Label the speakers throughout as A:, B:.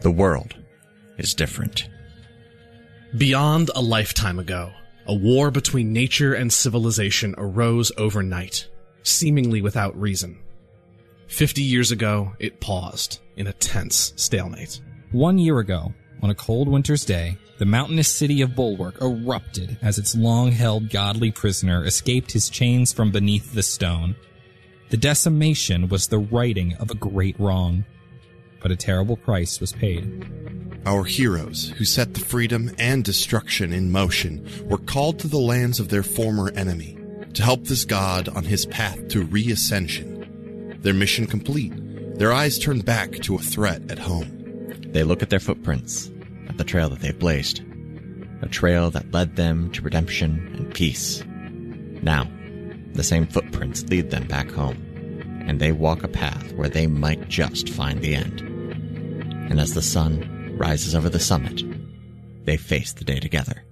A: The world is different.
B: Beyond a lifetime ago, a war between nature and civilization arose overnight, seemingly without reason. Fifty years ago, it paused in a tense stalemate.
C: One year ago, on a cold winter's day, the mountainous city of Bulwark erupted as its long held godly prisoner escaped his chains from beneath the stone. The decimation was the righting of a great wrong, but a terrible price was paid.
D: Our heroes, who set the freedom and destruction in motion, were called to the lands of their former enemy to help this god on his path to reascension. Their mission complete, their eyes turned back to a threat at home.
A: They look at their footprints, at the trail that they've blazed. A trail that led them to redemption and peace. Now, the same footprints lead them back home, and they walk a path where they might just find the end. And as the sun rises over the summit, they face the day together.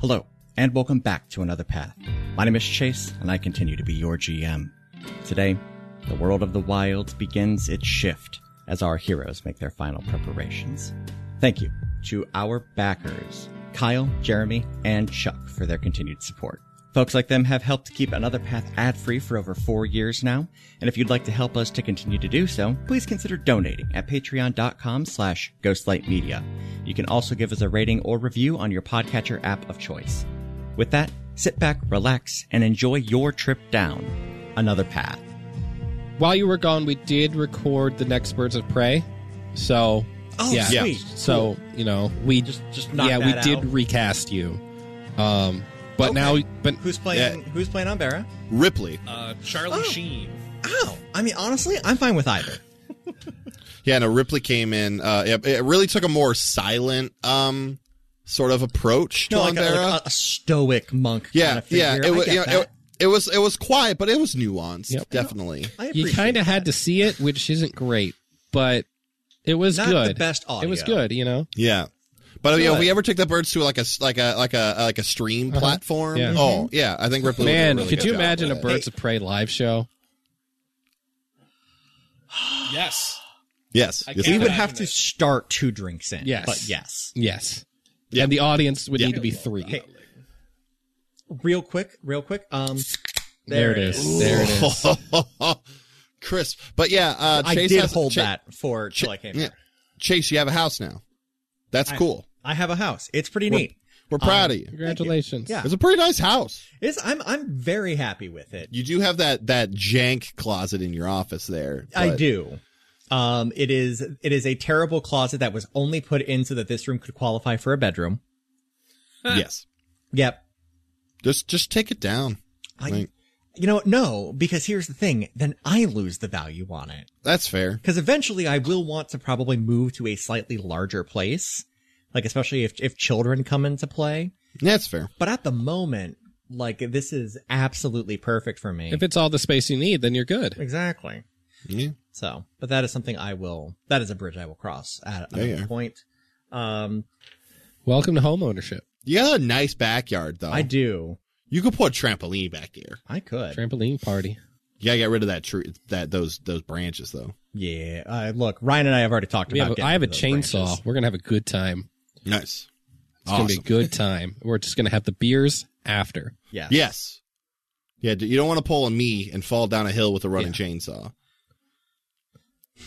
A: Hello, and welcome back to another path. My name is Chase, and I continue to be your GM. Today, the world of the wilds begins its shift as our heroes make their final preparations. Thank you to our backers, Kyle, Jeremy, and Chuck, for their continued support. Folks like them have helped to keep Another Path ad free for over four years now, and if you'd like to help us to continue to do so, please consider donating at patreon.com slash ghostlightmedia. You can also give us a rating or review on your podcatcher app of choice. With that, sit back, relax, and enjoy your trip down Another Path.
E: While you were gone, we did record the next Birds of Prey. So,
A: Oh,
E: yeah.
A: sweet.
E: So, you know, we
A: Just, just knock
E: yeah, we
A: that out.
E: did recast you. Um, but now, but
A: Who's playing? Who's playing on Barra?
D: Ripley.
B: Uh, Charlie Sheen.
A: Ow! I mean, honestly, I'm fine with either.
D: Yeah, no, Ripley came in. Uh, it, it really took a more silent um, sort of approach to
A: No, like a,
D: Andera.
A: like a- a stoic monk.
D: yeah,
A: kind of figure.
D: yeah.
A: I
D: It, wa-
A: get
D: you know,
A: that.
D: it, it was it was quiet, but it was nuanced,
E: Yep.
D: definitely.
A: I
E: you
A: appreciate
E: kind of had
A: that.
E: to see it, which isn't great, but it was
A: Not
E: good.
A: the best audio.
E: It was good, you know.
D: Yeah. But you know, if
A: Good.
D: we ever took the birds to like a s- like a like a like a stream platform,
E: Yeah.
D: oh yeah, I think Ripley. would do a
E: Man,
D: really
E: could
D: good
E: you
D: job
E: imagine a
D: with it.
E: Birds of Prey live show?
B: Yes.
D: Yes,
B: I
D: yes,
B: can't
A: We
D: it
A: would
D: did.
A: have to start two drinks in.
E: Yes.
A: But yes.
E: Yes.
D: Yeah.
E: And the audience would
D: Yeah.
E: need to be three.
A: Real quick, real quick. Um,
E: There it is. There it is.
D: crisp. But yeah, uh,
A: I
D: Chase
A: did
D: has-
A: hold
D: Cha-
A: that for
D: Cha-
A: till I came
D: yeah.
A: here.
D: Chase, you have a house now. That's
A: I-
D: cool.
A: I have a house. It's pretty
D: We're-
A: neat.
D: We're proud of you.
E: Congratulations.
A: Yeah.
D: It's a pretty nice house.
A: It's, I'm I'm very happy with it.
D: You do have that that jank closet in your office there.
A: I
D: but-
A: do. Um, it is it is a terrible closet that was only put in so that this room could qualify for a bedroom.
D: Yes.
A: Yep.
D: Just just take it down.
A: I,
D: Right.
A: You know, no, because here's the thing. Then I lose the value on it
D: That's fair.
A: because eventually I will want to probably move to a slightly larger place, like especially if if children come into play.
D: That's fair.
A: But at the moment, like this is absolutely perfect for me.
E: If it's all the space you need, then you're good.
A: exactly.
D: Yeah.
A: So, but that is something I will. That is a bridge I will cross at
D: Yeah,
A: a
D: yeah.
A: point. Um,
E: Welcome to home ownership.
D: You got a nice backyard though.
A: I do.
D: You could put a trampoline back there.
A: I could.
E: Trampoline party.
D: You gotta get rid of that tree that those those branches though.
A: Yeah. Uh, look, Ryan and I have already talked
E: We
A: about.
E: have a,
A: getting
E: I have a
A: rid of those
E: chainsaw.
A: branches.
E: We're going to have a good time.
D: Nice.
E: It's going to be a good time. We're just going to have the beers after.
A: Yeah.
D: Yes. Yeah, d- you don't want to pull a me and fall down a hill with a running chainsaw.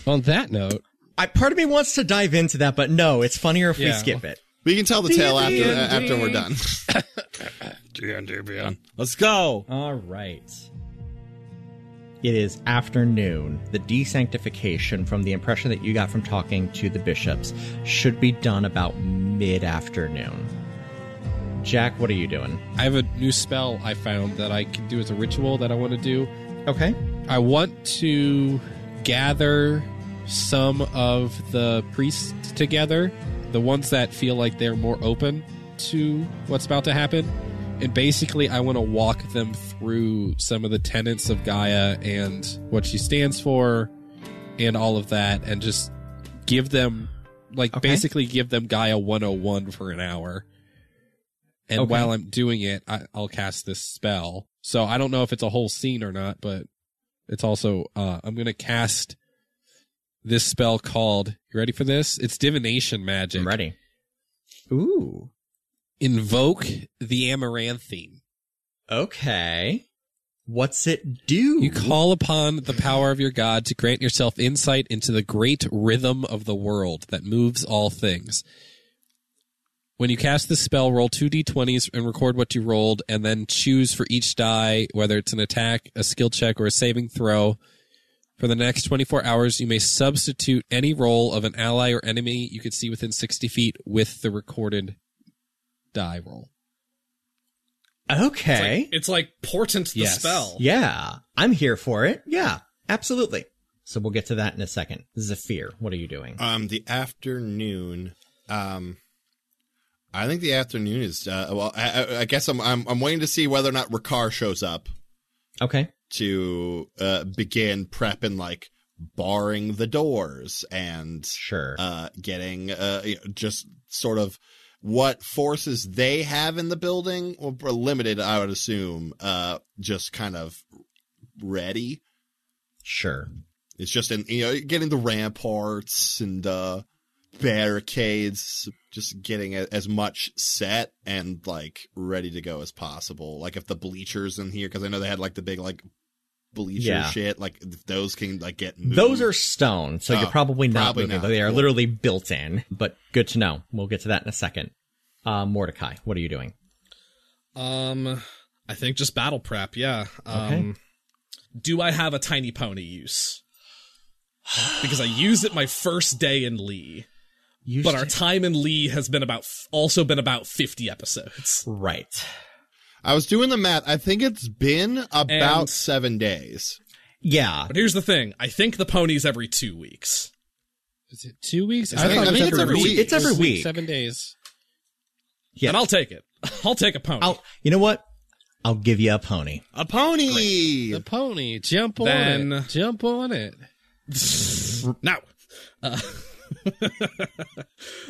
E: On that note,
A: I, part of me wants to dive into that, but no, it's funnier if we
E: Yeah.
A: skip it.
D: We can tell the tale after uh, after we're done. Let's go.
A: All right. It is afternoon. The desanctification from the impression that you got from talking to the bishops should be done about mid afternoon. Jack, what are you doing?
E: I have a new spell I found that I can do as a ritual that I want to do.
A: Okay.
E: I want to gather some of the priests together, the ones that feel like they're more open to what's about to happen. And basically, I want to walk them through some of the tenets of Gaia and what she stands for and all of that, and just give them, like,
A: Okay.
E: oh basically give them Gaia 101 for an hour. And
C: Okay.
E: while I'm doing it, I, I'll cast this spell. So I don't know if it's a whole scene or not, but it's also uh, I'm gonna cast this spell called. You ready for this? It's divination magic.
A: I'm ready. Ooh.
E: Invoke the amaranthine.
A: Okay. What's it do?
E: You call upon the power of your God to grant yourself insight into the great rhythm of the world that moves all things. When you cast this spell, roll two d20s and record what you rolled, and then choose for each die whether it's an attack, a skill check, or a saving throw. For the next 24 hours, you may substitute any roll of an ally or enemy you could see within 60 feet with the recorded die roll.
B: It's like-
A: Okay.
B: It's like, portent the
E: Yes.
B: spell.
A: yeah. I'm here for it. Yeah. Absolutely. So we'll get to that in a second. Zephyr, what are you doing?
D: Um, the afternoon. Um, I think the afternoon is. Uh, well, I, I- I guess I'm, I'm I'm waiting to see whether or not Rakar shows up
A: okay.
D: to uh, begin prepping, like barring the doors and
A: Sure.
D: uh, getting uh, you know, just sort of what forces they have in the building well, are limited, I would assume. Uh, just kind of ready.
A: sure.
D: It's just in you know getting the ramparts and uh, barricades, just getting a, as much set and like ready to go as possible. Like if the bleachers in here, because I know they had like the big like bleacher
A: Yeah.
D: shit, like if those can like get moved.
A: Those are stone, so
D: Oh,
A: you're probably not
D: probably
A: moving.
D: not.
A: They are
D: Cool.
A: literally built in, but good to know. We'll get to that in a second. Uh, Mordecai, what are you doing?
B: Um, I think just battle prep. Yeah. Um, do I have a tiny pony use? Because I used it my first day in Lee,
A: You
B: but our time in Lee has been about f- also been about fifty episodes.
A: right.
D: I was doing the math. I think it's been about
B: And-
D: seven days.
A: Yeah.
B: But here's the thing: I think the pony's every two weeks.
E: Is it two weeks?
D: I think-
E: thought
D: I
E: it was
D: think it's every week.
A: It's every
E: It was like
A: week.
E: Seven days.
A: Yeah.
B: And I'll take it. I'll take a pony.
A: I'll, you know what? I'll give you a pony.
D: A pony.
E: The pony, jump on
B: Then-
E: it. Jump on it.
B: now. Uh,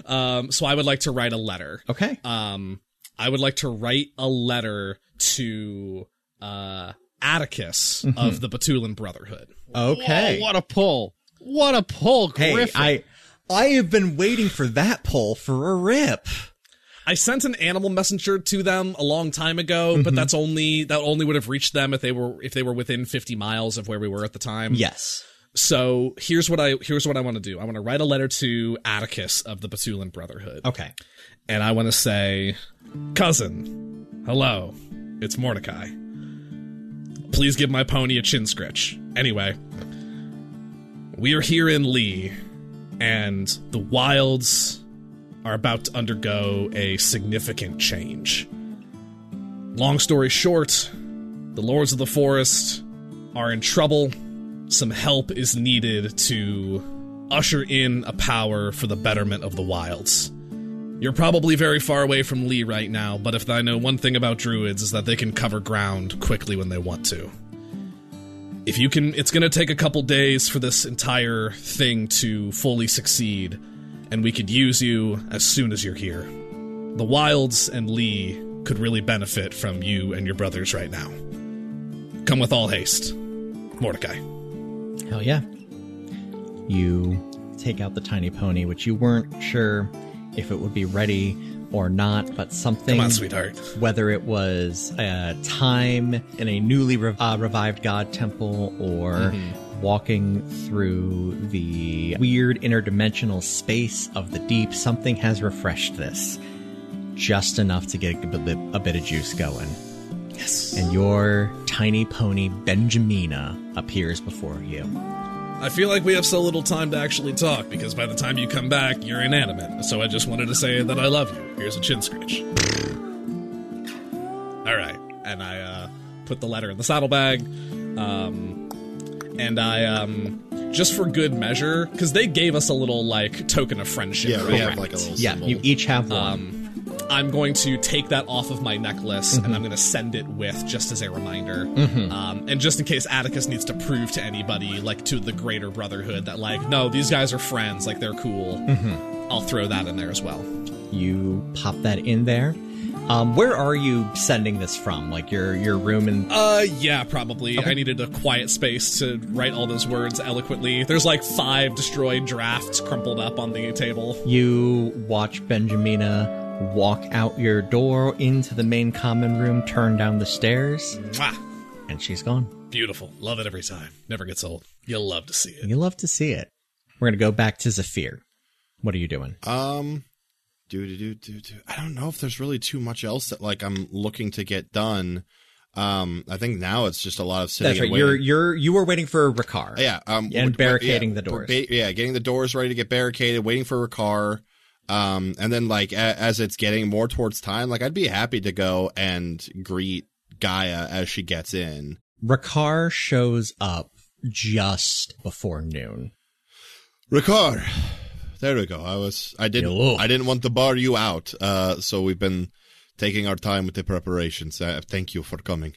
B: um, so I would like to write a letter.
A: Okay.
B: um, I would like to write a letter to uh, Atticus
A: Mm-hmm.
B: of the Batulan Brotherhood.
A: Okay.
E: Whoa, what a pull. What a pull,
A: hey,
E: Griffin.
A: I I have been waiting for that poll for a rip.
B: I sent an animal messenger to them a long time ago,
A: Mm-hmm.
B: but that's only that only would have reached them if they were if they were within 50 miles of where we were at the time.
A: Yes.
B: So here's what I here's what I want to do. I want to write a letter to Atticus of the Batulan Brotherhood.
A: Okay.
B: and I want to say, Cousin, hello, it's Mordecai. Please give my pony a chin scratch. Anyway, we are here in Lee, and the wilds are about to undergo a significant change. Long story short, the lords of the forest are in trouble. Some help is needed to usher in a power for the betterment of the wilds. You're probably very far away from Lee right now, but if I know one thing about druids is that they can cover ground quickly when they want to. If you can, it's going to take a couple days for this entire thing to fully succeed, and we could use you as soon as you're here. The wilds and Lee could really benefit from you and your brothers right now. Come with all haste, Mordecai.
A: Hell yeah. You take out the tiny pony, which you weren't sure if it would be ready or not, but something.
B: Come on, sweetheart.
A: whether it was a time in a newly rev- uh, revived god temple or
B: Mm-hmm.
A: walking through the weird interdimensional space of the deep, something has refreshed this just enough to get a bit, a bit of juice going. Yes. And your tiny pony Benjamina appears before you.
B: I feel like we have so little time to actually talk because by the time you come back, you're inanimate. So I just wanted to say that I love you. Here's a chin scratch. All right, and I uh, put the letter in the saddlebag, um, and I um, just for good measure because they gave us a little like token of friendship.
D: yeah, we
B: right?
D: have like a little
A: Yeah,
D: symbol. Um,
A: you each have one.
B: I'm going to take that off of my necklace and I'm
E: Mm-hmm.
B: going to send it with just as a reminder. Um, and just in case Atticus needs to prove to anybody, like to the greater brotherhood, that, like, no, these guys are
E: Mm-hmm.
B: friends, like, they're cool, I'll throw that in there as well.
A: You pop that in there, Um, where are you sending this from? Like your your room in
B: Uh, yeah, probably. I needed a quiet space to write all those words eloquently. There's like five destroyed drafts crumpled up on the table.
A: You watch Benjamina walk out your door into the main common room, turn down the stairs,
B: Mwah.
A: and she's gone.
B: Beautiful. Love it every time. Never gets old. You'll love to see it.
A: You love to see it. We're going to go back to Zafir. What are you doing?
D: Um, do do do do do. I don't know if there's really too much else that like I'm looking to get done. Um, I think now it's just a lot of sitting.
A: That's
D: and
A: right. You're
D: waiting.
A: you're you were waiting for Ricard.
D: yeah. Um,
A: and
D: wait- wait-
A: barricading
D: yeah,
A: the doors.
D: ba- yeah, getting the doors ready to get barricaded, waiting for a car. Um, and then like a- as it's getting more towards time, like I'd be happy to go and greet Gaia as she gets in.
A: Ricard shows up just before noon.
D: Ricard. There we go. I was I didn't
A: Hello.
D: I didn't want to bar you out. Uh so we've been taking our time with the preparations. Uh, thank you for coming.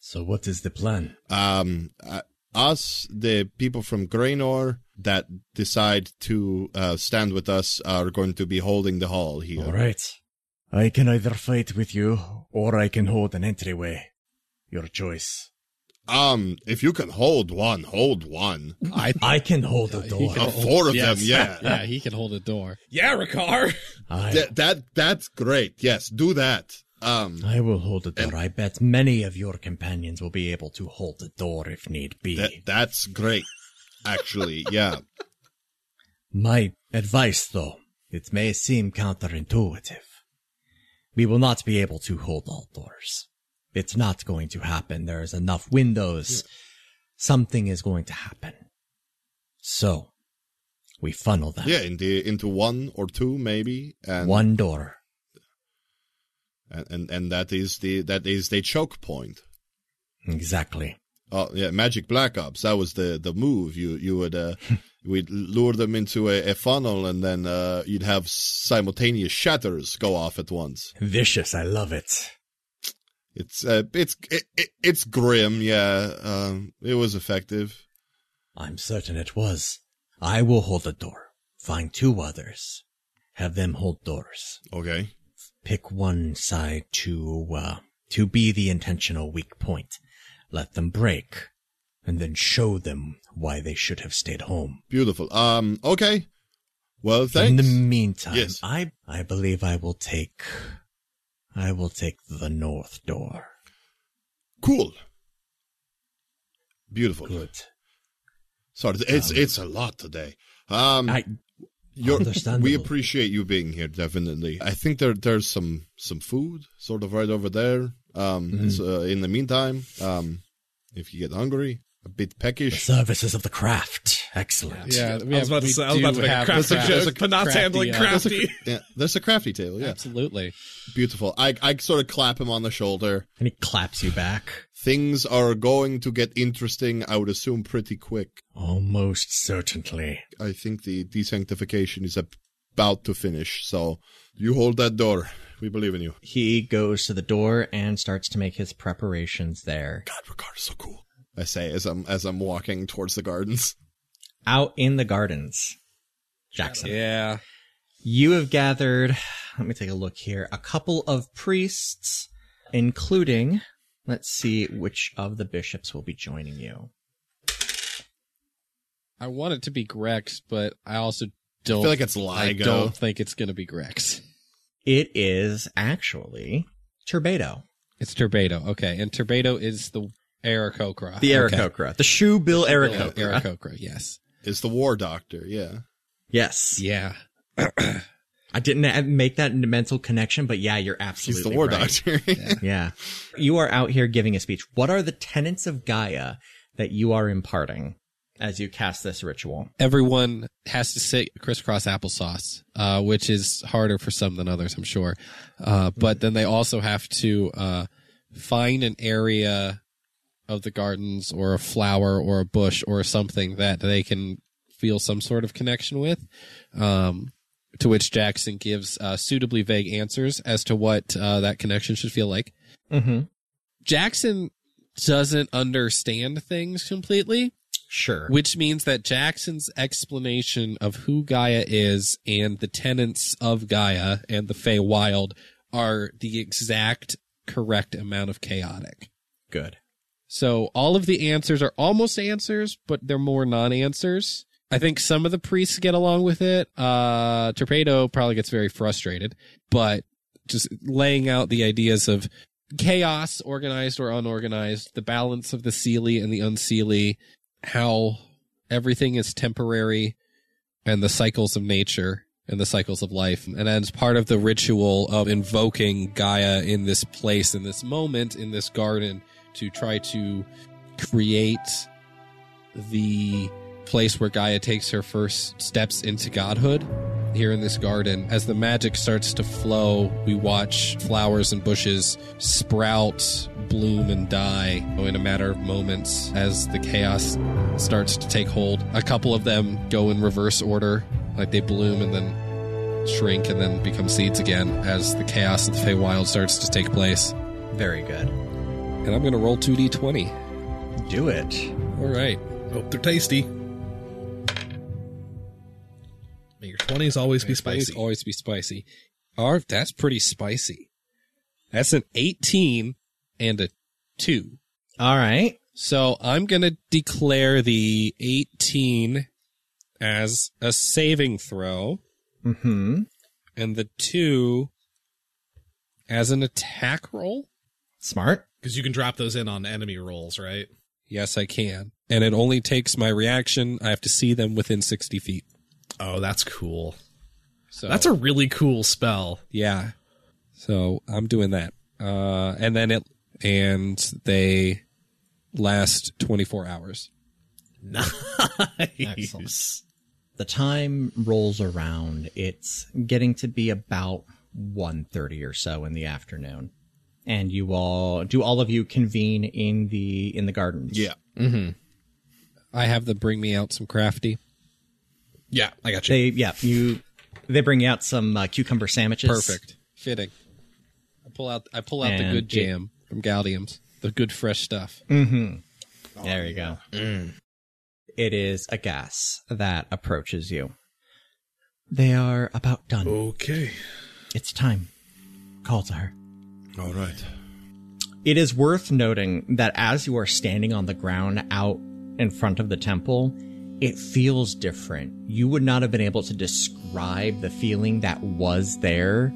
A: So what is the plan?
D: Um uh, us the people from Graynor that decide to uh, stand with us are going to be holding the hall here.
F: right. I can either fight with you or I can hold an entryway. Your choice.
D: Um if you can hold one, hold one.
E: I,
F: I can hold a door.
D: Uh, four of
B: Yes.
D: them, yeah.
E: yeah, he can hold a door.
B: Yeah, Ricard!
F: I,
D: Th- that that's great. Yes, do that. Um
F: I will hold a door. I bet many of your companions will be able to hold the door if need be.
D: that, that's great. Actually, yeah.
F: My advice, though, it may seem counterintuitive. We will not be able to hold all doors. It's not going to happen. There's enough windows. Something is going to happen. So, we funnel them.
D: Yeah, in the, into one or two maybe, and,
F: One door.
D: and and and that is the that is the choke point.
F: Exactly.
D: Oh yeah, Magic Black Ops. That was the the move. You you would uh, we'd lure them into a, a funnel, and then uh, you'd have simultaneous shatters go off at once.
F: Vicious. I love it.
D: It's uh, it's it, it, it's grim. Yeah, um, it was effective.
F: I'm certain it was. I will hold a door. Find two others. Have them hold doors.
D: Okay.
F: pick one side to uh, to be the intentional weak point. Let them break, and then show them why they should have stayed home.
D: Beautiful. Um. Okay. Well, thanks.
F: In the meantime,
D: Yes.
F: I I believe I will take I will take the north door.
D: cool. Beautiful.
F: Good. Um,
D: Sorry, it's it's a lot today. Um,
F: I
D: You're,
F: Understandable.
D: we appreciate you being here, definitely. I think there there's some some food sort of right over there. Um,
B: Mm-hmm.
D: so, uh, in the meantime, um, if you get hungry, a bit
F: the
D: peckish,
F: services of the craft. Excellent.
E: Yeah, we
B: I was
E: have,
B: about to
E: we
B: say, I was
E: do
B: about to make a
E: have
B: crafty
E: craft-
B: joke, but not
E: crafty,
B: handling
E: uh,
B: craft.
D: there's a, yeah, there's a crafty table. Yeah,
E: Absolutely.
D: beautiful. I I sort of clap him on the shoulder.
A: And he claps you back.
D: Things are going to get interesting. I would assume pretty quick.
F: Almost certainly.
D: I think the desanctification is about to finish. So you hold that door. We believe in you.
A: He goes to the door and starts to make his preparations there.
D: God, Ricard is so cool. I say as I'm as I'm walking towards the gardens.
A: Out in the gardens, Jackson.
E: Yeah.
A: You have gathered, let me take a look here, a couple of priests, including, let's see which of the bishops will be joining you.
E: I want it to be Grex, but I also don't
D: Oh, I feel like it's
E: I
D: Ligo.
E: don't think it's going to be Grex.
A: It is actually Turbado,
E: It's Turbado. Okay. And Turbado is the Aarakocra.
A: the
E: okay.
A: Aarakocra, the shoe bill Aarakocra.
E: Aarakocra, yes.
D: Is the war doctor, yeah.
A: Yes.
E: Yeah.
A: I didn't a- make that mental connection, but yeah, you're
D: He's
A: absolutely
D: the war
A: right.
D: doctor.
A: Yeah. You are out here giving a speech. What are the tenets of Gaia that you are imparting as you cast this ritual?
E: everyone has to sit crisscross applesauce, uh, which is harder for some than others, I'm sure. Uh, but then they also have to uh, find an area of the gardens or a flower or a bush or something that they can feel some sort of connection with. Um, to which Jackson gives uh, suitably vague answers as to what uh, that connection should feel like.
A: Mm-hmm.
E: Jackson doesn't understand things completely.
A: Sure.
E: Which means that Jackson's explanation of who Gaia is and the tenets of Gaia and the Feywild are the exact correct amount of chaotic.
A: Good.
E: So all of the answers are almost answers, but they're more non-answers. I think some of the priests get along with it. Uh, Torpedo probably gets very frustrated, but just laying out the ideas of chaos, organized or unorganized, the balance of the seely and the unseely, how everything is temporary, and the cycles of nature and the cycles of life. And as part of the ritual of invoking Gaia in this place, in this moment, in this garden, to try to create the place where Gaia takes her first steps into godhood here in this garden. As the magic starts to flow, we watch flowers and bushes sprout, bloom, and die in a matter of moments as the chaos starts to take hold. A couple of them go in reverse order, like they bloom and then shrink and then become seeds again as the chaos of the Feywild starts to take place.
A: Very good.
E: And I'm going to roll 2d20.
A: Do it.
E: All right.
B: Hope they're tasty. May your 20s always be
E: Always-
B: spicy.
E: Always be spicy. Arf, that's pretty spicy. That's an 18 and a 2.
A: All right.
E: So I'm going to declare the 18 as a saving throw
A: Mm-hmm.
E: and the 2 as an attack roll.
A: Smart.
B: Because you can drop those in on enemy rolls, right?
E: Yes, I can. And it only takes my reaction. I have to see them within 60 feet.
B: Oh, that's cool.
E: So
B: That's a really cool spell.
E: Yeah. So I'm doing that. Uh, and then it, and they last 24 hours.
B: Nice.
A: The time rolls around. It's getting to be about 1.30 or so in the afternoon. And you all do all of you convene in the in the gardens.
B: Yeah.
E: I have them bring me out some crafty.
B: Yeah, I got you.
A: They yeah, you they bring you out some uh, cucumber sandwiches.
E: Fitting. I pull out, I pull out the
A: And
E: good
A: it-
E: jam from Galdium's, the good fresh stuff.
A: Mm-hmm. There you go. Mm. It is a gas that approaches you. They are about done.
B: Okay.
A: It's time. Call to her.
D: All right.
A: It is worth noting that as you are standing on the ground out in front of the temple, it feels different. You would not have been able to describe the feeling that was there.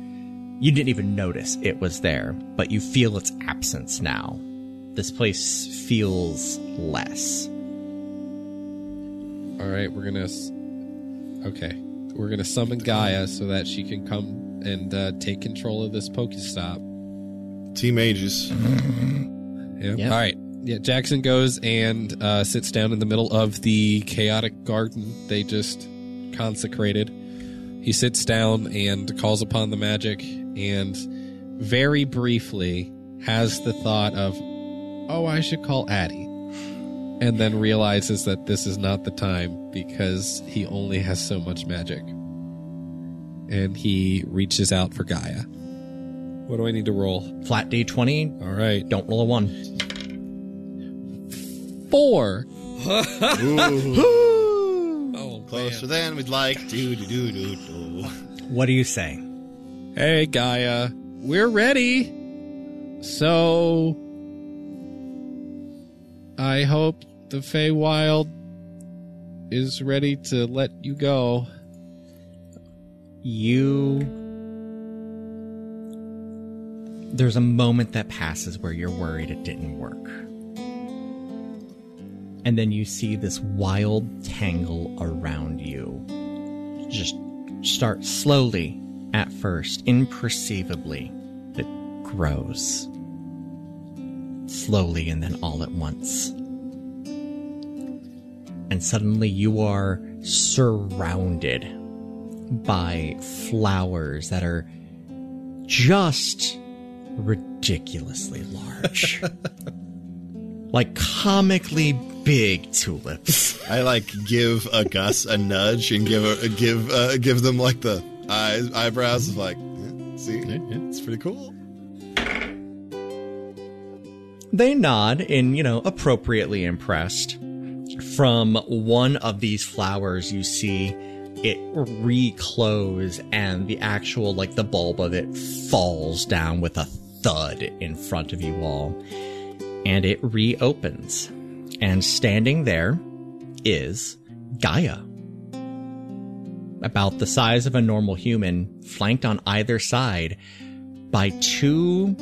A: You didn't even notice it was there, but you feel its absence now. This place feels less.
E: All right. We're going to, s okay. We're going to summon Gaia so that she can come and uh, take control of this Pokestop.
D: Team Aegis.
E: Yeah.
A: Yeah.
E: All right. Yeah. Jackson goes and uh, sits down in the middle of the chaotic garden they just consecrated. He sits down and calls upon the magic and very briefly has the thought of, oh, I should call Addie. And then realizes that this is not the time because he only has so much magic. And he reaches out for Gaia. What do I need to roll?
A: Flat D20,
E: All right.
A: don't roll a 1.
E: Four.
D: oh, Closer than we'd like. Do, do, do, do, do.
A: What do you say?
E: Hey, Gaia. We're ready. So. I hope the Feywild is ready to let you go.
A: you there's a moment that passes where you're worried it didn't work and then you see this wild tangle around you just start slowly at first imperceptibly it grows slowly and then all at once and suddenly you are surrounded by flowers that are just ridiculously large. like comically big tulips.
D: I like give a Gus a nudge and give a give uh, give them like the eyes eyebrows of like yeah, see it's pretty cool.
A: They nod in, you know, appropriately impressed. From one of these flowers, you see it reclose and the actual like the bulb of it falls down with a thud in front of you all and it reopens and standing there is gaia about the size of a normal human flanked on either side by two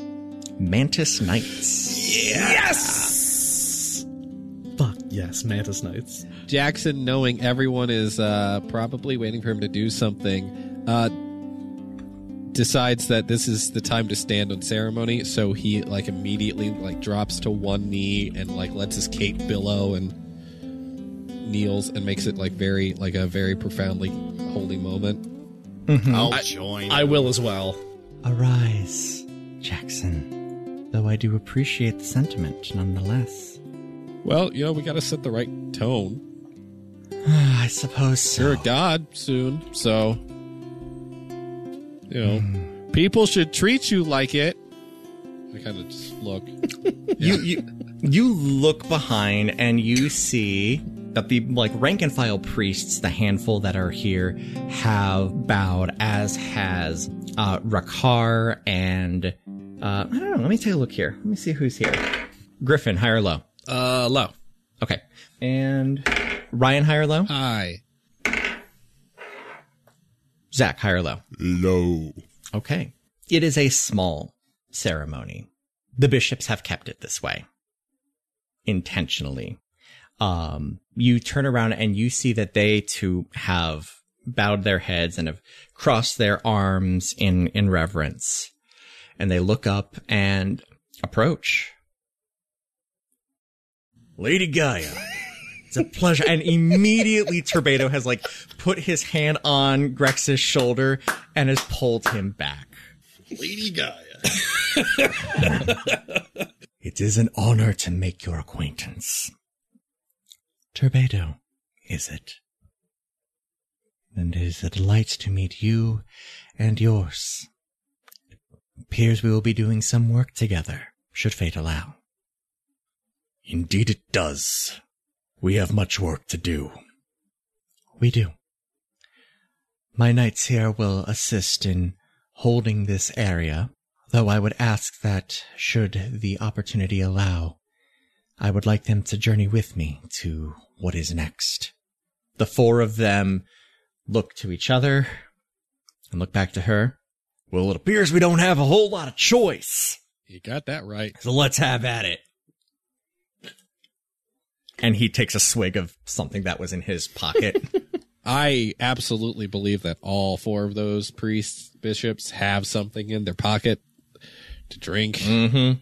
A: mantis knights
B: Fuck yes, Mantis Knights.
E: Jackson, knowing everyone is uh, probably waiting for him to do something, uh, decides that this is the time to stand on ceremony. So he like immediately like drops to one knee and like lets his cape billow and kneels and makes it like very like a very profoundly holy moment.
D: I'll join.
B: I will as well.
A: Arise, Jackson. Though I do appreciate the sentiment nonetheless.
E: Well, you know we got to set the right tone.
A: Ah, I suppose so.
E: You're a god soon, so you know people should treat you like it. I kind of just look.
A: You, you you look behind and you see that the like rank and file priests, the handful that are here, have bowed, as has uh, Rakar and uh, I don't know. Let me take a look here. Let me see who's here. Griffin, high or low?
B: Uh, low.
A: Okay, and Ryan, high or low?
E: Hi.
A: Zach, high or low?
D: Low.
A: Okay. It is a small ceremony. The bishops have kept it this way intentionally. Um, you turn around and you see that they too have bowed their heads and have crossed their arms in, in reverence. And they look up and approach. Lady Gaia. It's a pleasure. And immediately Turbado has like put his hand on Grex's shoulder and has pulled him back.
D: Lady Gaia.
A: It is an honor to make your acquaintance. Turbado, is it? And it is a delight to meet you and yours. appears we will be doing some work together, should fate allow.
F: Indeed, it does. We have much work to do.
A: We do. My knights here will assist in holding this area, though I would ask that, should the opportunity allow, I would like them to journey with me to what is next. The four of them look to each other and look back to her.
F: Well, it appears we don't have a whole lot of choice.
E: You got that right.
F: So let's have at it.
A: And he takes a swig of something that was in his pocket.
E: I absolutely believe that all four of those priests, bishops have something in their pocket to drink
A: mm-hmm.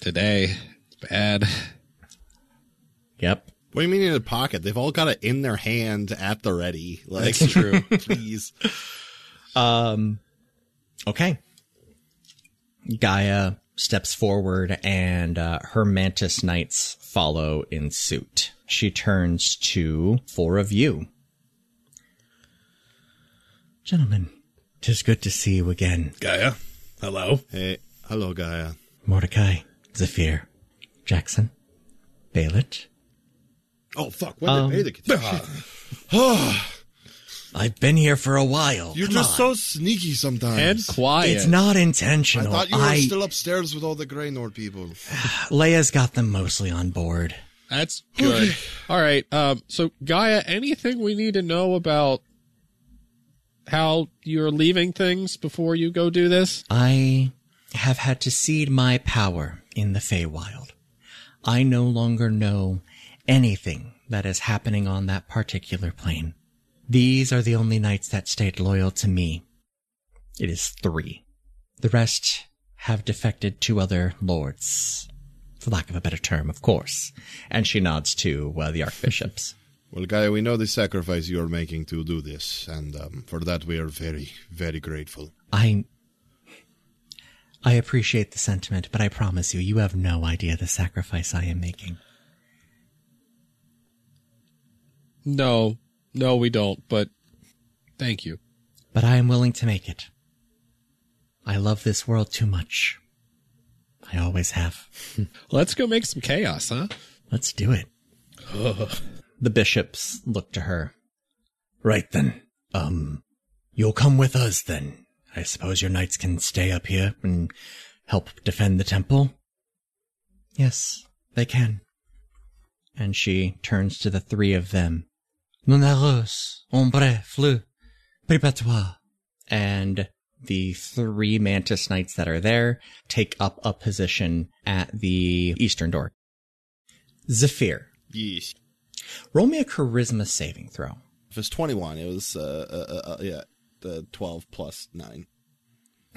E: today. It's bad.
A: Yep.
D: What do you mean in the pocket? They've all got it in their hand at the ready. Like,
E: That's true.
D: please.
A: Um, okay. Gaia steps forward, and uh, her mantis knights follow in suit. She turns to four of you. Gentlemen, 'tis good to see you again.
B: Gaia. Hello.
D: Hey, hello, Gaia.
A: Mordecai, Zephyr, Jackson, Baylet.
D: Oh fuck! When did Bailey get this shit? Ah.
F: I've been here for a while.
D: You're
F: Come
D: just
F: on.
D: so sneaky sometimes.
E: And quiet.
F: It's not
D: I
F: intentional.
D: thought you were
F: I
D: still upstairs with all the Greynor people.
F: Leia's got them mostly on board.
E: That's good. All right. Um, so Gaia, anything we need to know about how you're leaving things before you go do this?
A: I have had to cede my power in the Feywild. I no longer know anything that is happening on that particular plane. These are the only knights that stayed loyal to me. It is three. The rest have defected to other lords. For lack of a better term, of course. And she nods to uh, the archbishops.
D: Well, Gaia, we know the sacrifice you are making to do this, and um, for that we are very, very grateful.
A: I. I appreciate the sentiment, but I promise you, you have no idea the sacrifice I am making.
E: No, no, we don't. But thank you.
A: but I am willing to make it. I love this world too much. I always have.
E: Let's go make some chaos, huh?
A: Let's do it. the bishops look to her.
F: Right then. Um, you'll come with us then. I suppose your knights can stay up here and help defend the temple.
A: Yes, they can. And she turns to the three of them. Nunaros, ombre, fleu, préparatoire. And the three mantis knights that are there take up a position at the eastern door. Zephyr,
D: Yeesh.
A: roll me a charisma saving throw.
D: If it's 21, it was, uh, uh, uh, uh, yeah, the 12 plus 9.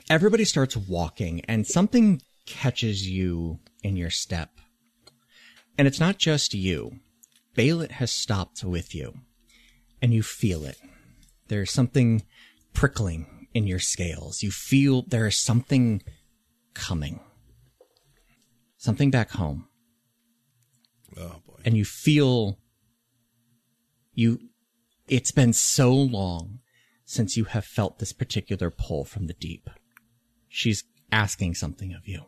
A: Everybody starts walking and something catches you in your step. And it's not just you. Baylet has stopped with you and you feel it. There's something prickling in your scales. You feel there is something coming. Something back home
D: Oh, boy.
A: and you feel you it's been so long since you have felt this particular pull from the deep she's asking something of you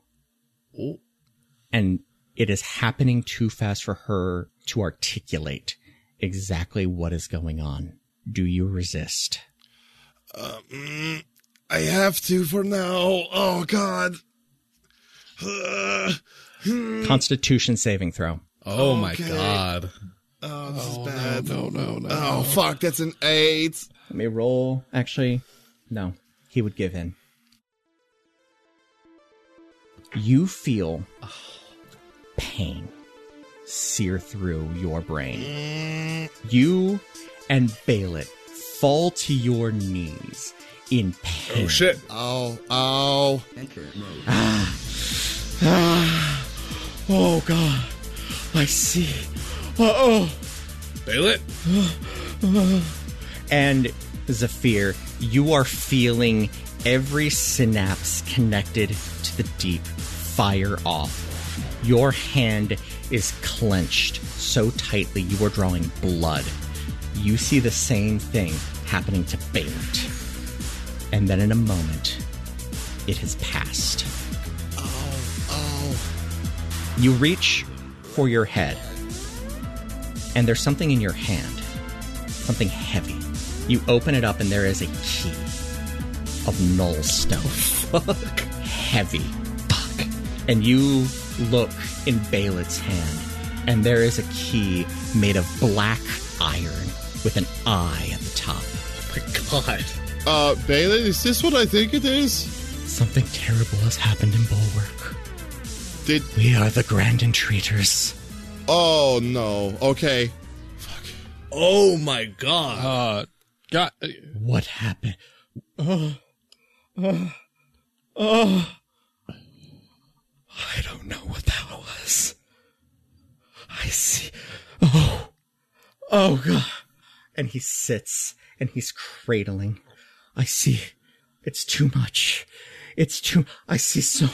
A: and it is happening too fast for her to articulate exactly what is going on do you resist
D: I have to for now. Oh, God. Uh,
A: constitution saving throw
B: Oh my
D: Okay.
B: god.
D: Oh, this is bad. No, no, no. Oh, fuck. That's an 8.
A: let me roll actually no he would give in you feel pain sear through your brain. You and Baylet fall to your knees in pain.
D: Oh, oh.
A: Oh god, I see.
B: Baylet?
A: And Zephyr, you are feeling every synapse connected to the deep fire off. Your hand is clenched so tightly you are drawing blood. You see the same thing happening to Baylet. And then in a moment, it has passed. You reach for your head, and there's something in your hand, something heavy. You open it up, and there is a key of null stone. Fuck. Heavy. Fuck. And you look in Baylet's hand, and there is a key made of black iron with an eye at the top.
B: God.
D: Uh, Bailey, is this what I think it is?
A: Something terrible has happened in Bulwark.
D: Did.
A: We are the Grand Entreaters.
D: Oh, no. Okay.
B: Oh my god.
E: Uh, God,
A: What happened? I don't know what that was. I see. Oh, oh God! And he sits and he's cradling. I see. It's too much. It's too. I see so.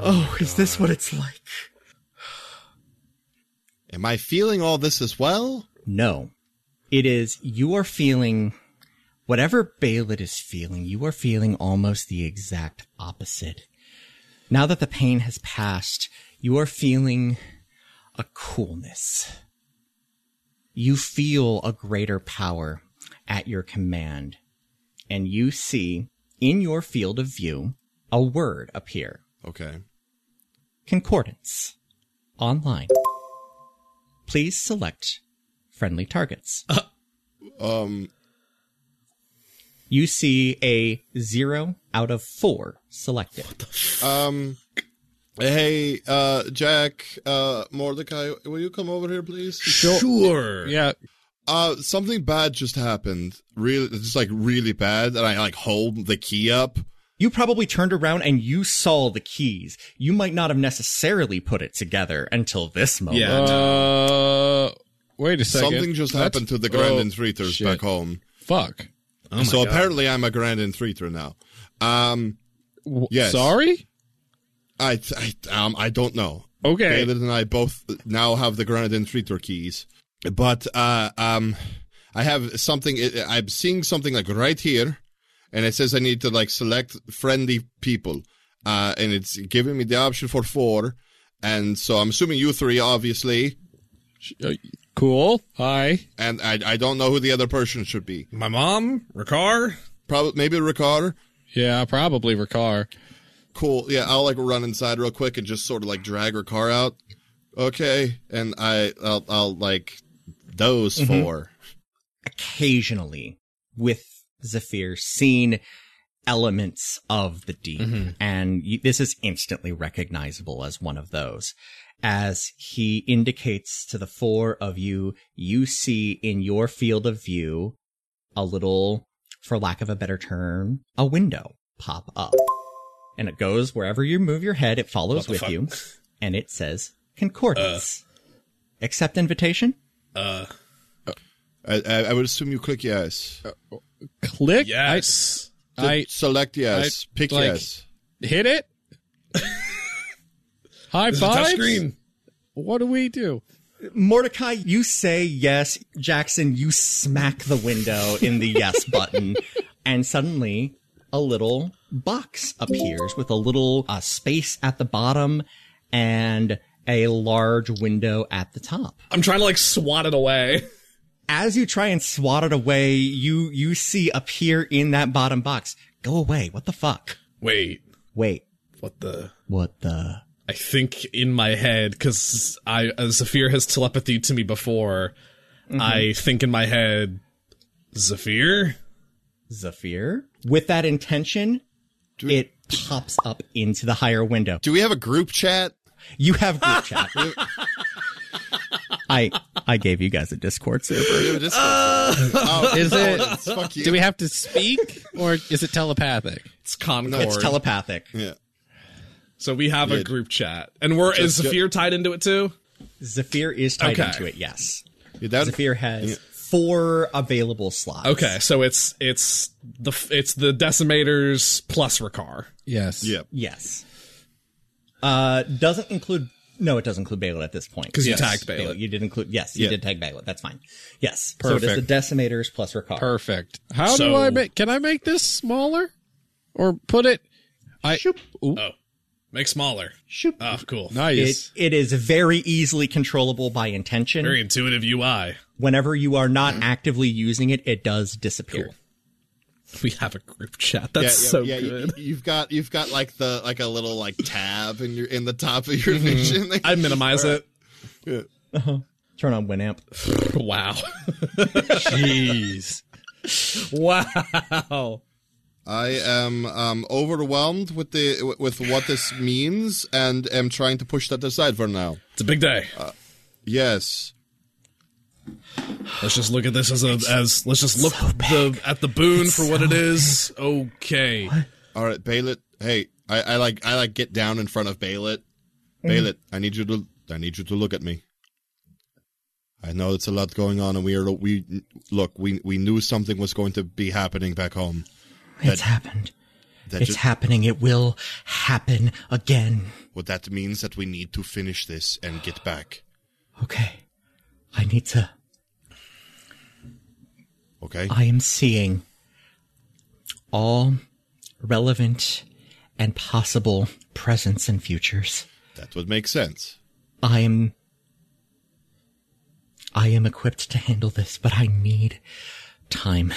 A: Oh, is this what it's like?
D: Am I feeling all this as well?
A: No. It is, you are feeling, whatever Baylet is feeling, you are feeling almost the exact opposite. Now that the pain has passed, you are feeling a coolness. You feel a greater power at your command, and you see in your field of view a word appear
D: Okay.
A: Concordance. Online. Please select friendly targets.
D: Um,
A: You see a zero out of four selected.
D: um. Hey, uh, Jack, uh, Mordecai, will you come over here, please?
B: Sure.
E: yeah,
D: Uh, something bad just happened. Really, just like really bad. And I like hold the key up.
A: You probably turned around and you saw the keys. You might not have necessarily put it together until this moment.
B: Yeah.
E: Uh, wait a second.
D: Something just
E: That's-
D: happened to the Grand
E: oh,
D: Entreaters
E: shit.
D: back home.
E: Fuck.
B: Oh my
D: so
B: God.
D: apparently I'm a Grand Entreater now. Um,
E: W-
D: Yes.
E: Sorry.
D: I, I, um, I don't know.
E: Okay.
D: Baylor and I both now have the Grand Entreator keys, but uh, um, I have something. I'm seeing something like right here, and it says I need to like select friendly people, uh, and it's giving me the option for four, and so I'm assuming you three, obviously.
E: Uh, Cool. Hi.
D: And I, I don't know who the other person should be.
B: My mom, Ricard.
D: Probably maybe Ricard.
E: Yeah, probably Ricard.
D: Cool. Yeah, I'll like run inside real quick and just sort of like drag Ricard out. Okay, and I I'll, I'll like those
B: Mm-hmm.
D: four.
A: occasionally with Zephyr seen elements of the deep, and you, this is instantly recognizable as one of those. As he indicates to the four of you, you see in your field of view a little, for lack of a better term, a window pop up. And it goes wherever you move your head, it follows with you, and it says Concordance. Accept invitation?
B: Uh,
D: I, I I would assume you click yes.
E: Click.
B: Yes.
E: I, I
D: Select yes.
E: I-
D: pick
E: like-
D: yes.
E: hit it. High
B: It's a
E: five.
B: touch screen.
E: What do we do?
A: Mordecai, you say yes. Jackson, you smack the window in the yes button. And suddenly, a little box appears with a little uh, space at the bottom and a large window at the top.
B: I'm trying to like swat it away.
A: As you try and swat it away, you, you see appear in that bottom box. Go away. What the fuck?
B: Wait.
A: Wait.
B: What the?
A: What the?
B: I think in my head because I uh, Zafir has telepathy to me before. I think in my head, Zafir.
A: Zephyr? With that intention,
D: we-
A: it pops up into the higher window.
D: Do we have a group chat?
A: You have group chat. I I gave you guys a Discord server.
D: Dude, this-
B: Uh,
D: oh,
E: Is it?
D: fuck you.
E: Do we have to speak, or is it telepathic?
B: It's Concord.
A: It's telepathic.
D: yeah.
B: so we have
D: Yeah.
B: a group chat, and we're is
D: Just-
B: Zafir tied into it too?
A: Zephyr is tied
B: Okay.
A: into it. Yes,
D: Yeah, that-
A: Zephyr has four available slots.
B: Okay, so it's it's the f- it's the decimators plus Ricard.
E: Yes.
D: Yeah.
A: Yes. Uh, doesn't include. No, it doesn't include Baylet at this point.
B: 'Cause you
A: Yes.
B: tagged Baylet.
A: You did include. Yes, you
D: Yeah.
A: did tag Baylet. That's fine. Yes. So it is
E: Perfect.
A: the decimators plus Ricard.
E: Perfect. How
B: So-
E: do I make? Can I make this smaller, or put it? I. Ooh,
B: Oh, make smaller.
A: Shoop.
B: Oh, cool.
A: It,
E: nice.
A: it is very easily controllable by intention.
B: Very intuitive UI.
A: Whenever you are not actively using it, it does disappear.
B: We have a group chat.
D: Yeah,
B: That's
D: yeah,
B: so
D: yeah, you-
B: good.
D: you've got you've got like the like a little like tab in your in the top of
B: Mm-hmm.
D: your vision.
B: I minimize it.
A: Turn on Winamp.
B: Wow.
E: Jeez.
B: wow.
D: I am um, overwhelmed with the with what this means, and am trying to push that aside for now.
B: It's a big day.
D: Yes,
B: Let's just look at this as a as let's just look the at the boon for what it is. Okay.
D: All right, Baylet. Hey, I, I like I like get down in front of Baylet.
A: Mm-hmm.
D: Baylet, I need you to I need you to look at me. I know it's a lot going on, and we are we look we we knew something was going to be happening back home.
A: It's happened.
D: That
A: It's
D: just,
A: happening. It will happen again.
D: what that means that we need to finish this and get back.
A: Okay. I need to.
D: Okay,
A: I am seeing all relevant and possible presents and futures.
D: that would make sense.
A: I am. I am equipped to handle this, but I need time.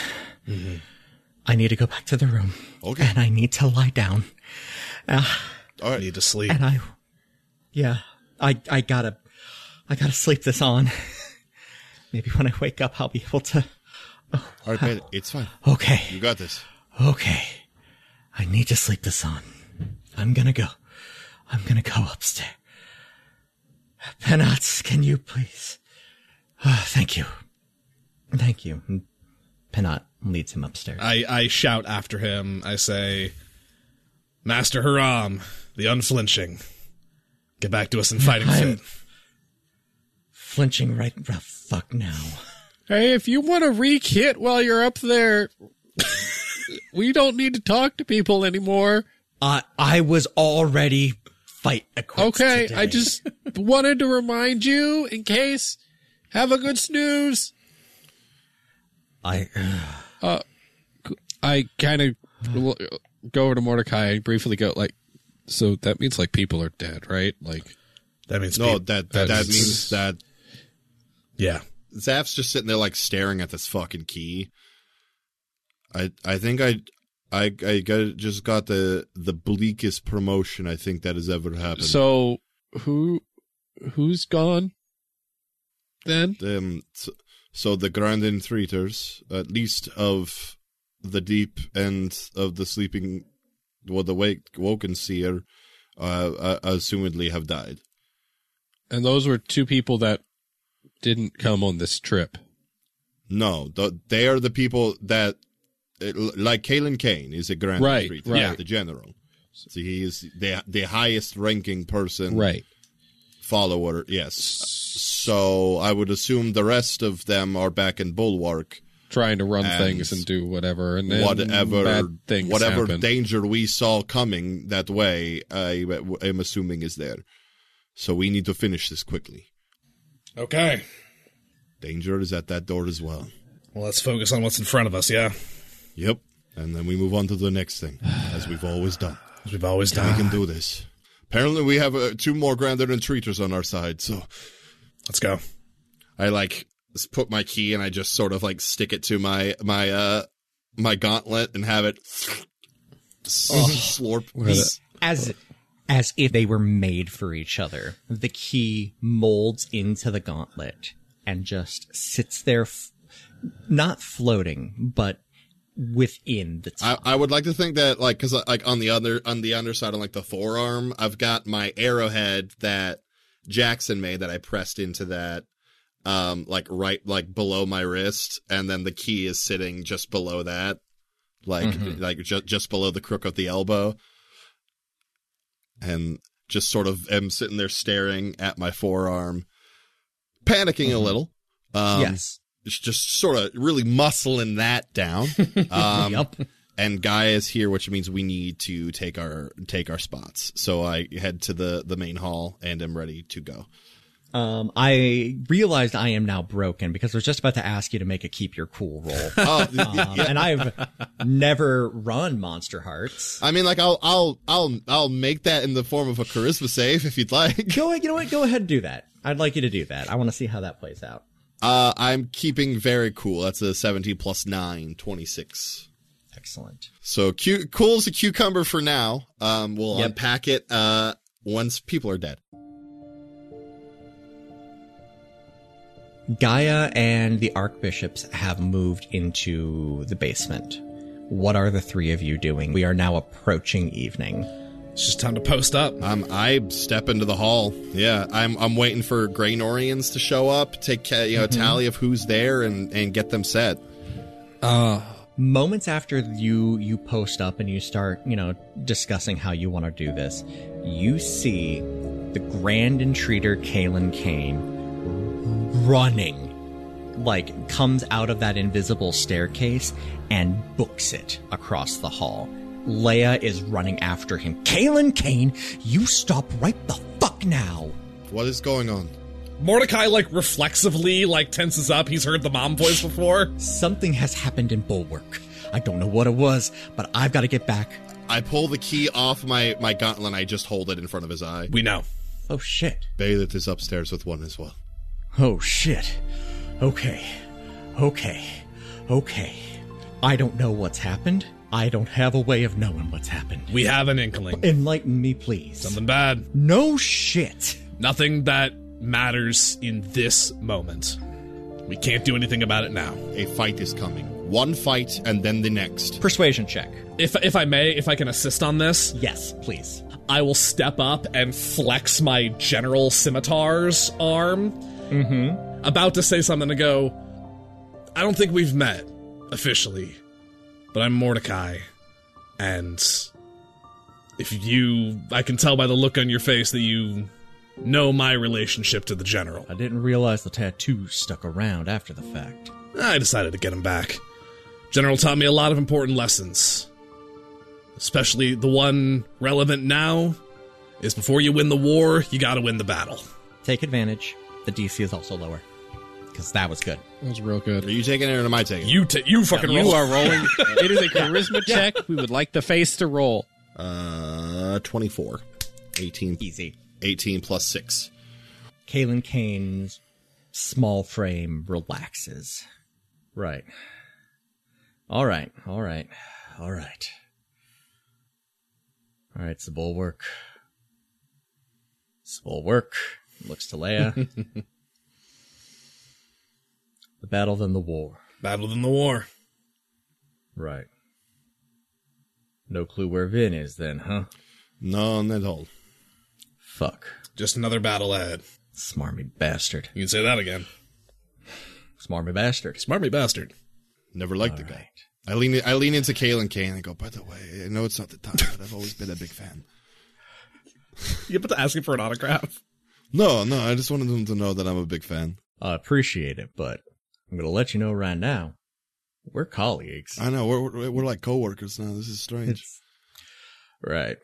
A: I need to go back to the room.
D: Mm-hmm. Okay.
A: And I need to lie down.
D: All right,
B: Need to sleep.
A: and I, yeah, I I gotta, I gotta sleep this on. Maybe when I wake up, I'll be able to.
D: all right, Baylet, it's fine. You
A: Okay,
D: got this.
A: okay, I need to sleep this on. I'm gonna go. I'm gonna go upstairs. Penats, can you please? Ah, thank you, thank you. Penat leads him upstairs.
B: I I shout after him. I say, Master Haram, the unflinching, get back to us in fighting
A: I'm-
B: fit.
A: Flinching right, oh, fuck now.
E: Hey, if you want to wreak hit while you're up there, we don't need to talk to people anymore.
A: I I was already fight equipped.
E: Okay, I
A: today.
E: just wanted to remind you in case. Have a good snooze.
A: I.
E: I kind of go over to Mordecai and briefly go like, so that means like people are dead, right? Like
B: That means
D: No,
B: peop-
D: that that,
E: That's-
D: means that
B: Yeah.
D: Zaf's just sitting there like staring at this fucking key. I I think I I I got, just got the the bleakest promotion I think that has ever happened.
E: So who who's gone? Then
D: um, so, so the grand entreaters, at least of the deep and of the sleeping, well, the wake woken seer, uh, uh, assumedly have died.
E: and those were two people that didn't come on this trip.
D: No, th- they are the people that, uh, l- like Kalen Kane, is a grand
E: Right,
D: entreater,
E: right.
D: the general. So he is the the highest ranking person,
E: Right.
D: follower. Yes. So I would assume the rest of them are back in Bulwark.
E: Trying to run
D: And
E: things and do whatever and then
D: whatever
E: bad things
D: whatever
E: happen.
D: danger we saw coming that way, I am assuming is there. So we need to finish this quickly.
B: Okay.
D: Danger is at that door as well.
B: Well, let's focus on what's in front of us, yeah?
D: Yep. And then we move on to the next thing, as we've always done.
B: As we've always
D: We
B: done.
D: can do this. Apparently, we have uh, two more grander entreaters on our side, so
B: Let's go.
D: I like just put my key and I just sort of like stick it to my my uh my gauntlet and have it slurp.
A: as as if they were made for each other. The key molds into the gauntlet and just sits there, f- not floating, but within the top.
D: I, um, I would like to think that like because like on the other on the underside on like the forearm I've got my arrowhead that Jackson made that I pressed into that um like right like below my wrist and then the key is sitting just below that like like just just below the crook of the elbow and just sort of am sitting there staring at my forearm panicking a little um
A: yes.
D: it's just sort of really muscling that down. Um,
A: Yep.
D: And Guy is here, which means we need to take our take our spots. So I head to the the main hall and am ready to go.
A: Um, I realized I am now broken because I was just about to ask you to make a keep your cool roll.
D: Oh,
A: Um, and I've never run Monster Hearts.
D: I mean, like I'll I'll I'll I'll make that in the form of a charisma save if you'd like.
A: Go ahead, you know what? Go ahead and do that. I'd like you to do that. I want to see how that plays out.
D: Uh, I'm keeping very cool. That's a 70 plus 9, 26.
A: Excellent.
D: So cu- cool as a cucumber for now. Um, we'll unpack it uh, once people are dead.
A: Gaia and the archbishops have moved into the basement. What are the three of you doing? We are now approaching evening.
B: It's just time to post up.
D: Um, I step into the hall. Yeah, I'm I'm waiting for Grey Norians to show up, take ca- you know tally of who's there, and and get them set.
A: Moments after you you post up and you start, you know, discussing how you want to do this, you see the grand entreater Kalen Kane running like comes out of that invisible staircase and books it across the hall. Leia is running after him. Kalen Kane, you stop right the fuck now.
D: What is going on?
B: Mordecai, like, reflexively, like, tenses up. He's heard the mom voice before.
A: Something has happened in Bulwark. I don't know what it was, but I've got to get back.
D: I pull the key off my my gauntlet. and I just hold it in front of his eye.
B: We know.
A: Oh shit.
D: Bailiff is upstairs with one as well.
A: Oh shit. Okay. Okay. Okay. I don't know what's happened. I don't have a way of knowing what's happened.
B: We have an inkling.
A: Enlighten me, please.
B: Something bad.
A: No shit.
B: Nothing that matters in this moment. We can't do anything about it now.
D: A fight is coming. One fight and then the next.
A: Persuasion check.
B: If if I may, if I can assist on this,
A: Yes, please.
B: I will step up and flex my general scimitar's arm. Mm-hmm. About to say something to go. I don't think we've met officially, but I'm Mordecai, and if you, I can tell by the look on your face that you know my relationship to the general.
F: I didn't realize the tattoo stuck around after the fact.
B: I decided to get him back. General taught me a lot of important lessons. Especially the one relevant now is before you win the war, you gotta win the battle.
A: Take advantage. The DC is also lower. Because that was good.
E: That was real
D: Are
E: good.
D: you taking it or am I taking it?
B: You t- you fucking
E: You
B: roll.
E: are rolling. it is a charisma check. We would like the face to roll.
D: Uh, 24. 18,
A: Easy.
D: 18 plus 6.
A: Kalen Kane's small frame relaxes. Right. All right. All right. All right. All right. It's the bulwark. It's the bulwark. Looks to Leia. the battle, then the war.
B: Battle in the war.
A: Right. No clue where Vin is then, huh?
D: None at all.
A: Fuck.
B: Just another battle ahead.
A: Smarmy bastard.
B: You can say that again.
A: Smarmy bastard.
B: Smarmy bastard.
D: Never liked the guy. I lean I lean into Kalen Kane and go, by the way, I know it's not the time, but I've always been a big fan.
B: You have to ask him for an autograph.
D: No, no, I just wanted them to know that I'm a big fan.
A: I appreciate it, but I'm going to let you know right now. We're colleagues.
D: I know, we're, we're, we're like coworkers now. This is strange.
A: It's- right.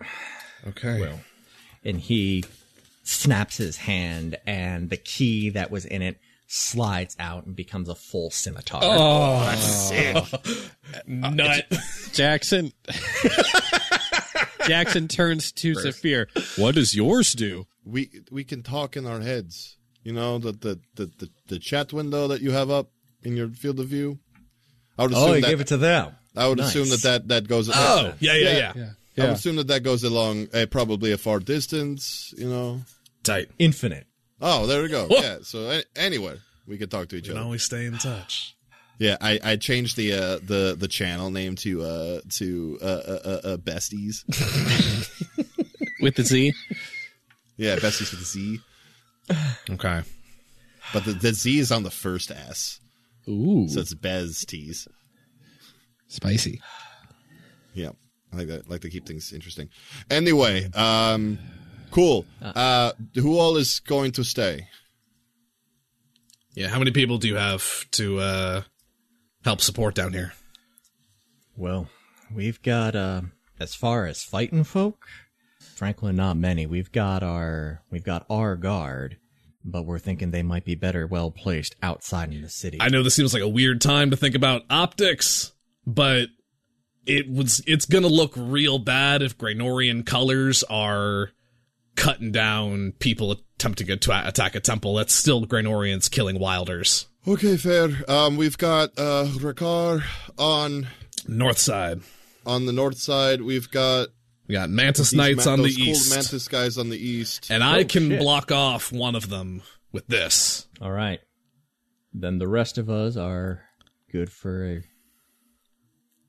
B: Okay.
A: Well, and he snaps his hand, and the key that was in it slides out and becomes a full scimitar.
D: Oh,
A: Oh,
B: nut.
E: Jackson. Jackson turns to Zephyr. What does yours do?
D: We we can talk in our heads. You know, the the, the, the, the chat window that you have up in your field of view. I would assume
A: oh, he
D: that
A: gave it to them.
D: I would
A: Nice.
D: assume that, that that goes
B: Oh, yeah, yeah, yeah.
D: I would assume that that goes along a probably a far distance, you know.
B: Tight.
A: Infinite.
D: Oh, there we go. yeah, so a- anywhere we could talk to each
B: You
D: other.
B: know, we stay in touch.
D: Yeah, I, I changed the uh, the the channel name to uh to uh, uh, uh, uh besties.
E: With the Z?
D: yeah, besties with a Z,
B: Okay.
D: but the, the Z is on the first S,
E: Ooh.
D: so it's besties.
E: spicy.
D: Yeah, I like that. Like to keep things interesting. Anyway, um, cool. Uh, who all is going to stay?
B: Yeah, how many people do you have to uh help support down here?
A: Well, we've got uh, as far as fighting folk, Franklin, not many. We've got our we've got our guard, but we're thinking they might be better well placed outside in the city.
B: I know this seems like a weird time to think about optics, but it was it's gonna look real bad if Graynorian colors are cutting down people attempting to atta- attack a temple. That's still Graynorians killing wilders.
D: Okay, fair. Um, we've got uh Rakar on
B: North side.
D: on the north side. We've got
B: We got Mantis
D: these
B: Knights
D: ma-
B: on the
D: those cool
B: east.
D: Mantis guys on the east.
B: and I
A: Oh,
B: can
A: shit.
B: block off one of them with this.
A: All right, then the rest of us are good for a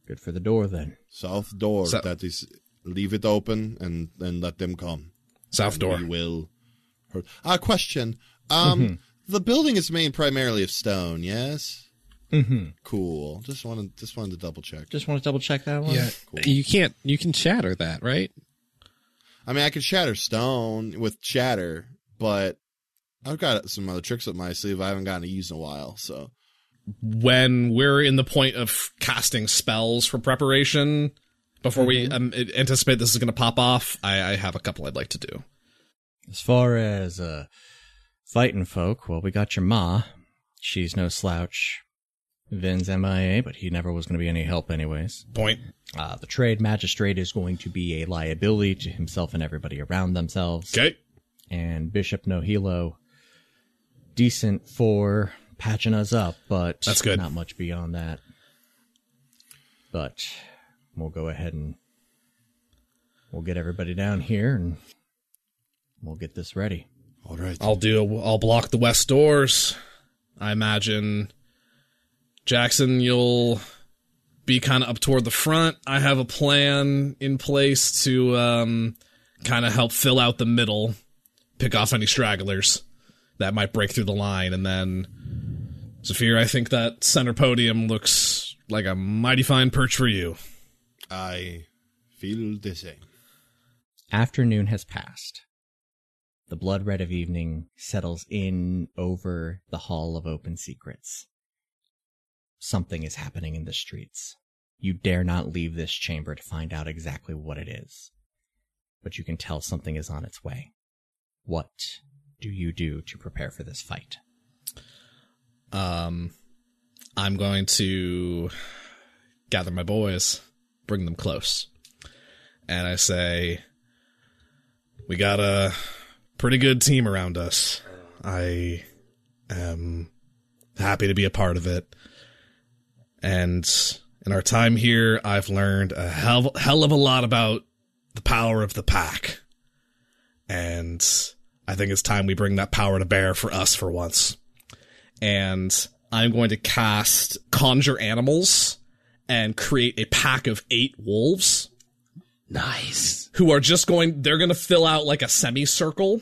A: good for the door. Then
D: south door
B: So-
D: that is leave it open and then let them come
B: South door.
D: we will hurt. uh question um the building is made primarily of stone yes mm-hmm. cool just wanted just wanted to double check
A: just want to double check that one.
E: Yeah. You can't you can shatter that, right?
D: i mean i could shatter stone with shatter but i've got some other tricks up my sleeve i haven't gotten to use in a while so
B: when we're in the point of casting spells for preparation before we um, anticipate this is going to pop off I, I have a couple i'd like to do
A: As far as uh, fighting folk, well, we got your ma. She's no slouch. Vin's MIA, but he never was going to be any help, anyways.
B: point
A: Uh, the trade magistrate is going to be a liability to himself and everybody around themselves.
B: okay
A: And Bishop Nohilo, decent for patching us up, but
B: That's good.
A: not much beyond that. But we'll go ahead and we'll get everybody down here and we'll get this ready.
D: all right
B: i'll do i'll block the west doors i imagine jackson you'll be kind of up toward the front i have a plan in place to um, kind of help fill out the middle pick off any stragglers that might break through the line. And then Zafir, I think that center podium looks like a mighty fine perch for you.
D: i feel the same
A: Afternoon has passed. The blood red of evening settles in over the Hall of Open Secrets. Something is happening in the streets. You dare not leave this chamber to find out exactly what it is. But you can tell something is on its way. What do you do to prepare for this fight?
B: Um, I'm going to gather my boys, bring them close. And I say, we got a pretty good team around us. I Um, happy to be a part of it. And in our time here, I've learned a hell, hell of a lot about the power of the pack. And I think it's time we bring that power to bear for us for once. And I'm going to cast Conjure Animals and create a pack of eight wolves
G: Nice.
B: who are just going they're going to fill out like a semicircle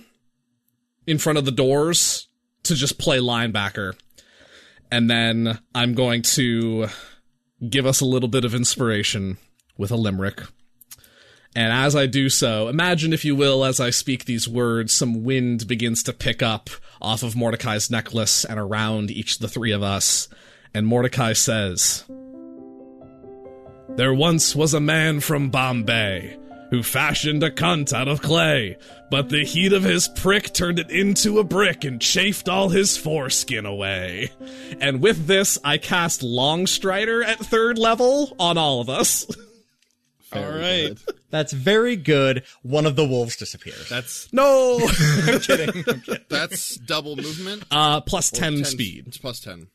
B: in front of the doors to just play linebacker and then i'm going to give us a little bit of inspiration with a limerick and as i do so imagine if you will as i speak these words some wind begins to pick up off of mordecai's necklace and around each of the three of us and mordecai says there once was a man from Bombay who fashioned a cunt out of clay, but the heat of his prick turned it into a brick and chafed all his foreskin away. And with this, I cast Longstrider at third level on all of us.
E: All right.
A: That's very good. One of the wolves disappears.
C: That's
B: No!
D: That's double movement.
B: uh, plus 10,
D: 10
B: speed.
D: It's plus 10.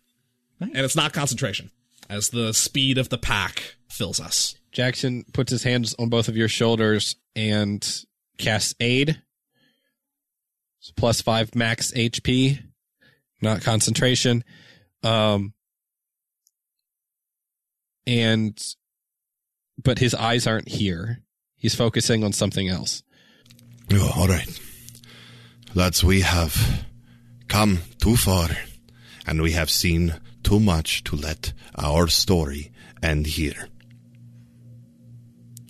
B: And it's not concentration, as the speed of the pack fills us.
E: Jackson puts his hands on both of your shoulders and casts aid. It's plus five max HP, not concentration. Um, and, but his eyes aren't here. He's focusing on something else.
D: Oh, all right. Lads, we have come too far, and we have seen too much to let our story end here.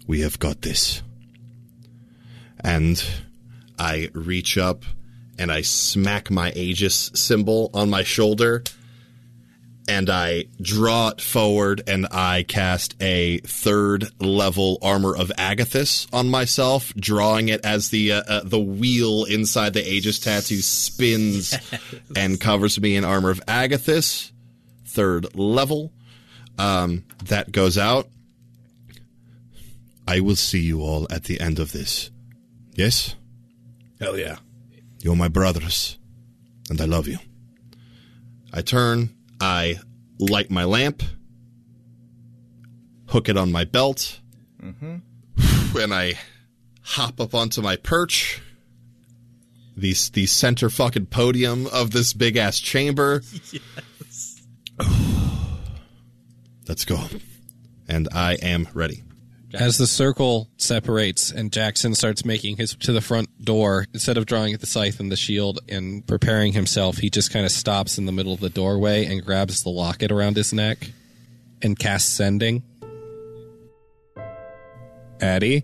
D: We have got this. And I reach up and I smack my Aegis symbol on my shoulder, and I draw it forward and I cast a third level armor of Agathis on myself, drawing it as the uh, uh, the wheel inside the Aegis tattoo spins and covers me in armor of Agathis, third level. Um, that goes out. I will see you all at the end of this. Yes,
B: Hell yeah.
D: you're my brothers, and I love you. I turn, I light my lamp, hook it on my belt, and I hop up onto my perch. The, the center fucking podium of this big ass chamber. Yes. Let's go. And I am ready.
E: As the circle separates and Jackson starts making his to the front door, instead of drawing the scythe and the shield and preparing himself, he just kind of stops in the middle of the doorway and grabs the locket around his neck and casts sending. Addy,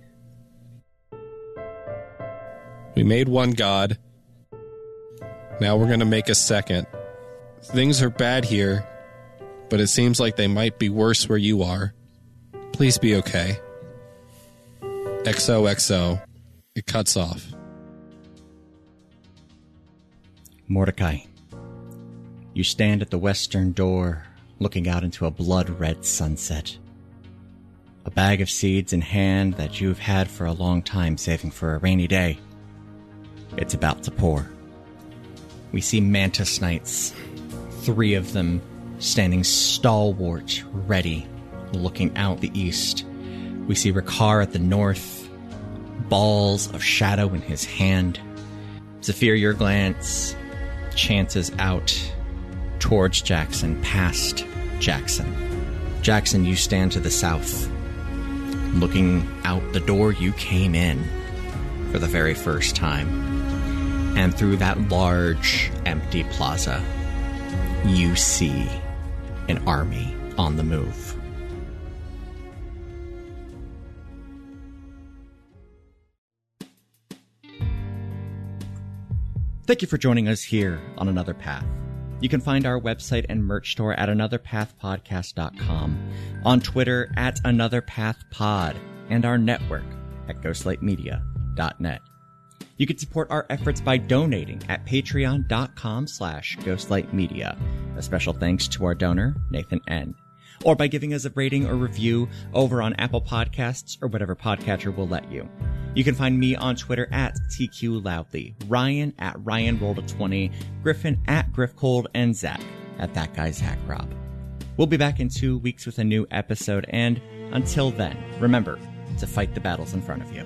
E: we made one god. Now we're going to make a second. Things are bad here, but it seems like they might be worse where you are. Please be okay. XOXO. It cuts off.
A: Mordecai, you stand at the western door, looking out into a blood red sunset. A bag of seeds in hand that you've had for a long time, saving for a rainy day. It's about to pour. We see mantis knights, three of them standing stalwart, ready, looking out the east. We see Rikar at the north, balls of shadow in his hand. Zephyr, your glance chances out towards Jackson, past Jackson. Jackson, you stand to the south, looking out the door you came in for the very first time. And through that large, empty plaza, you see an army on the move. Thank you for joining us here on Another Path. You can find our website and merch store at anotherpathpodcast.com, on Twitter at anotherpathpod, and our network at ghostlightmedia.net. You can support our efforts by donating at patreon.com slash ghostlightmedia. A special thanks to our donor, Nathan N. or by giving us a rating or review over on Apple Podcasts or whatever podcatcher will let you. You can find me on Twitter at TQLoudly, Ryan at RyanRolled20, Griffin at GriffCold, and Zach at That Guy's Hack Rob. We'll be back in two weeks with a new episode, and until then, remember to fight the battles in front of you.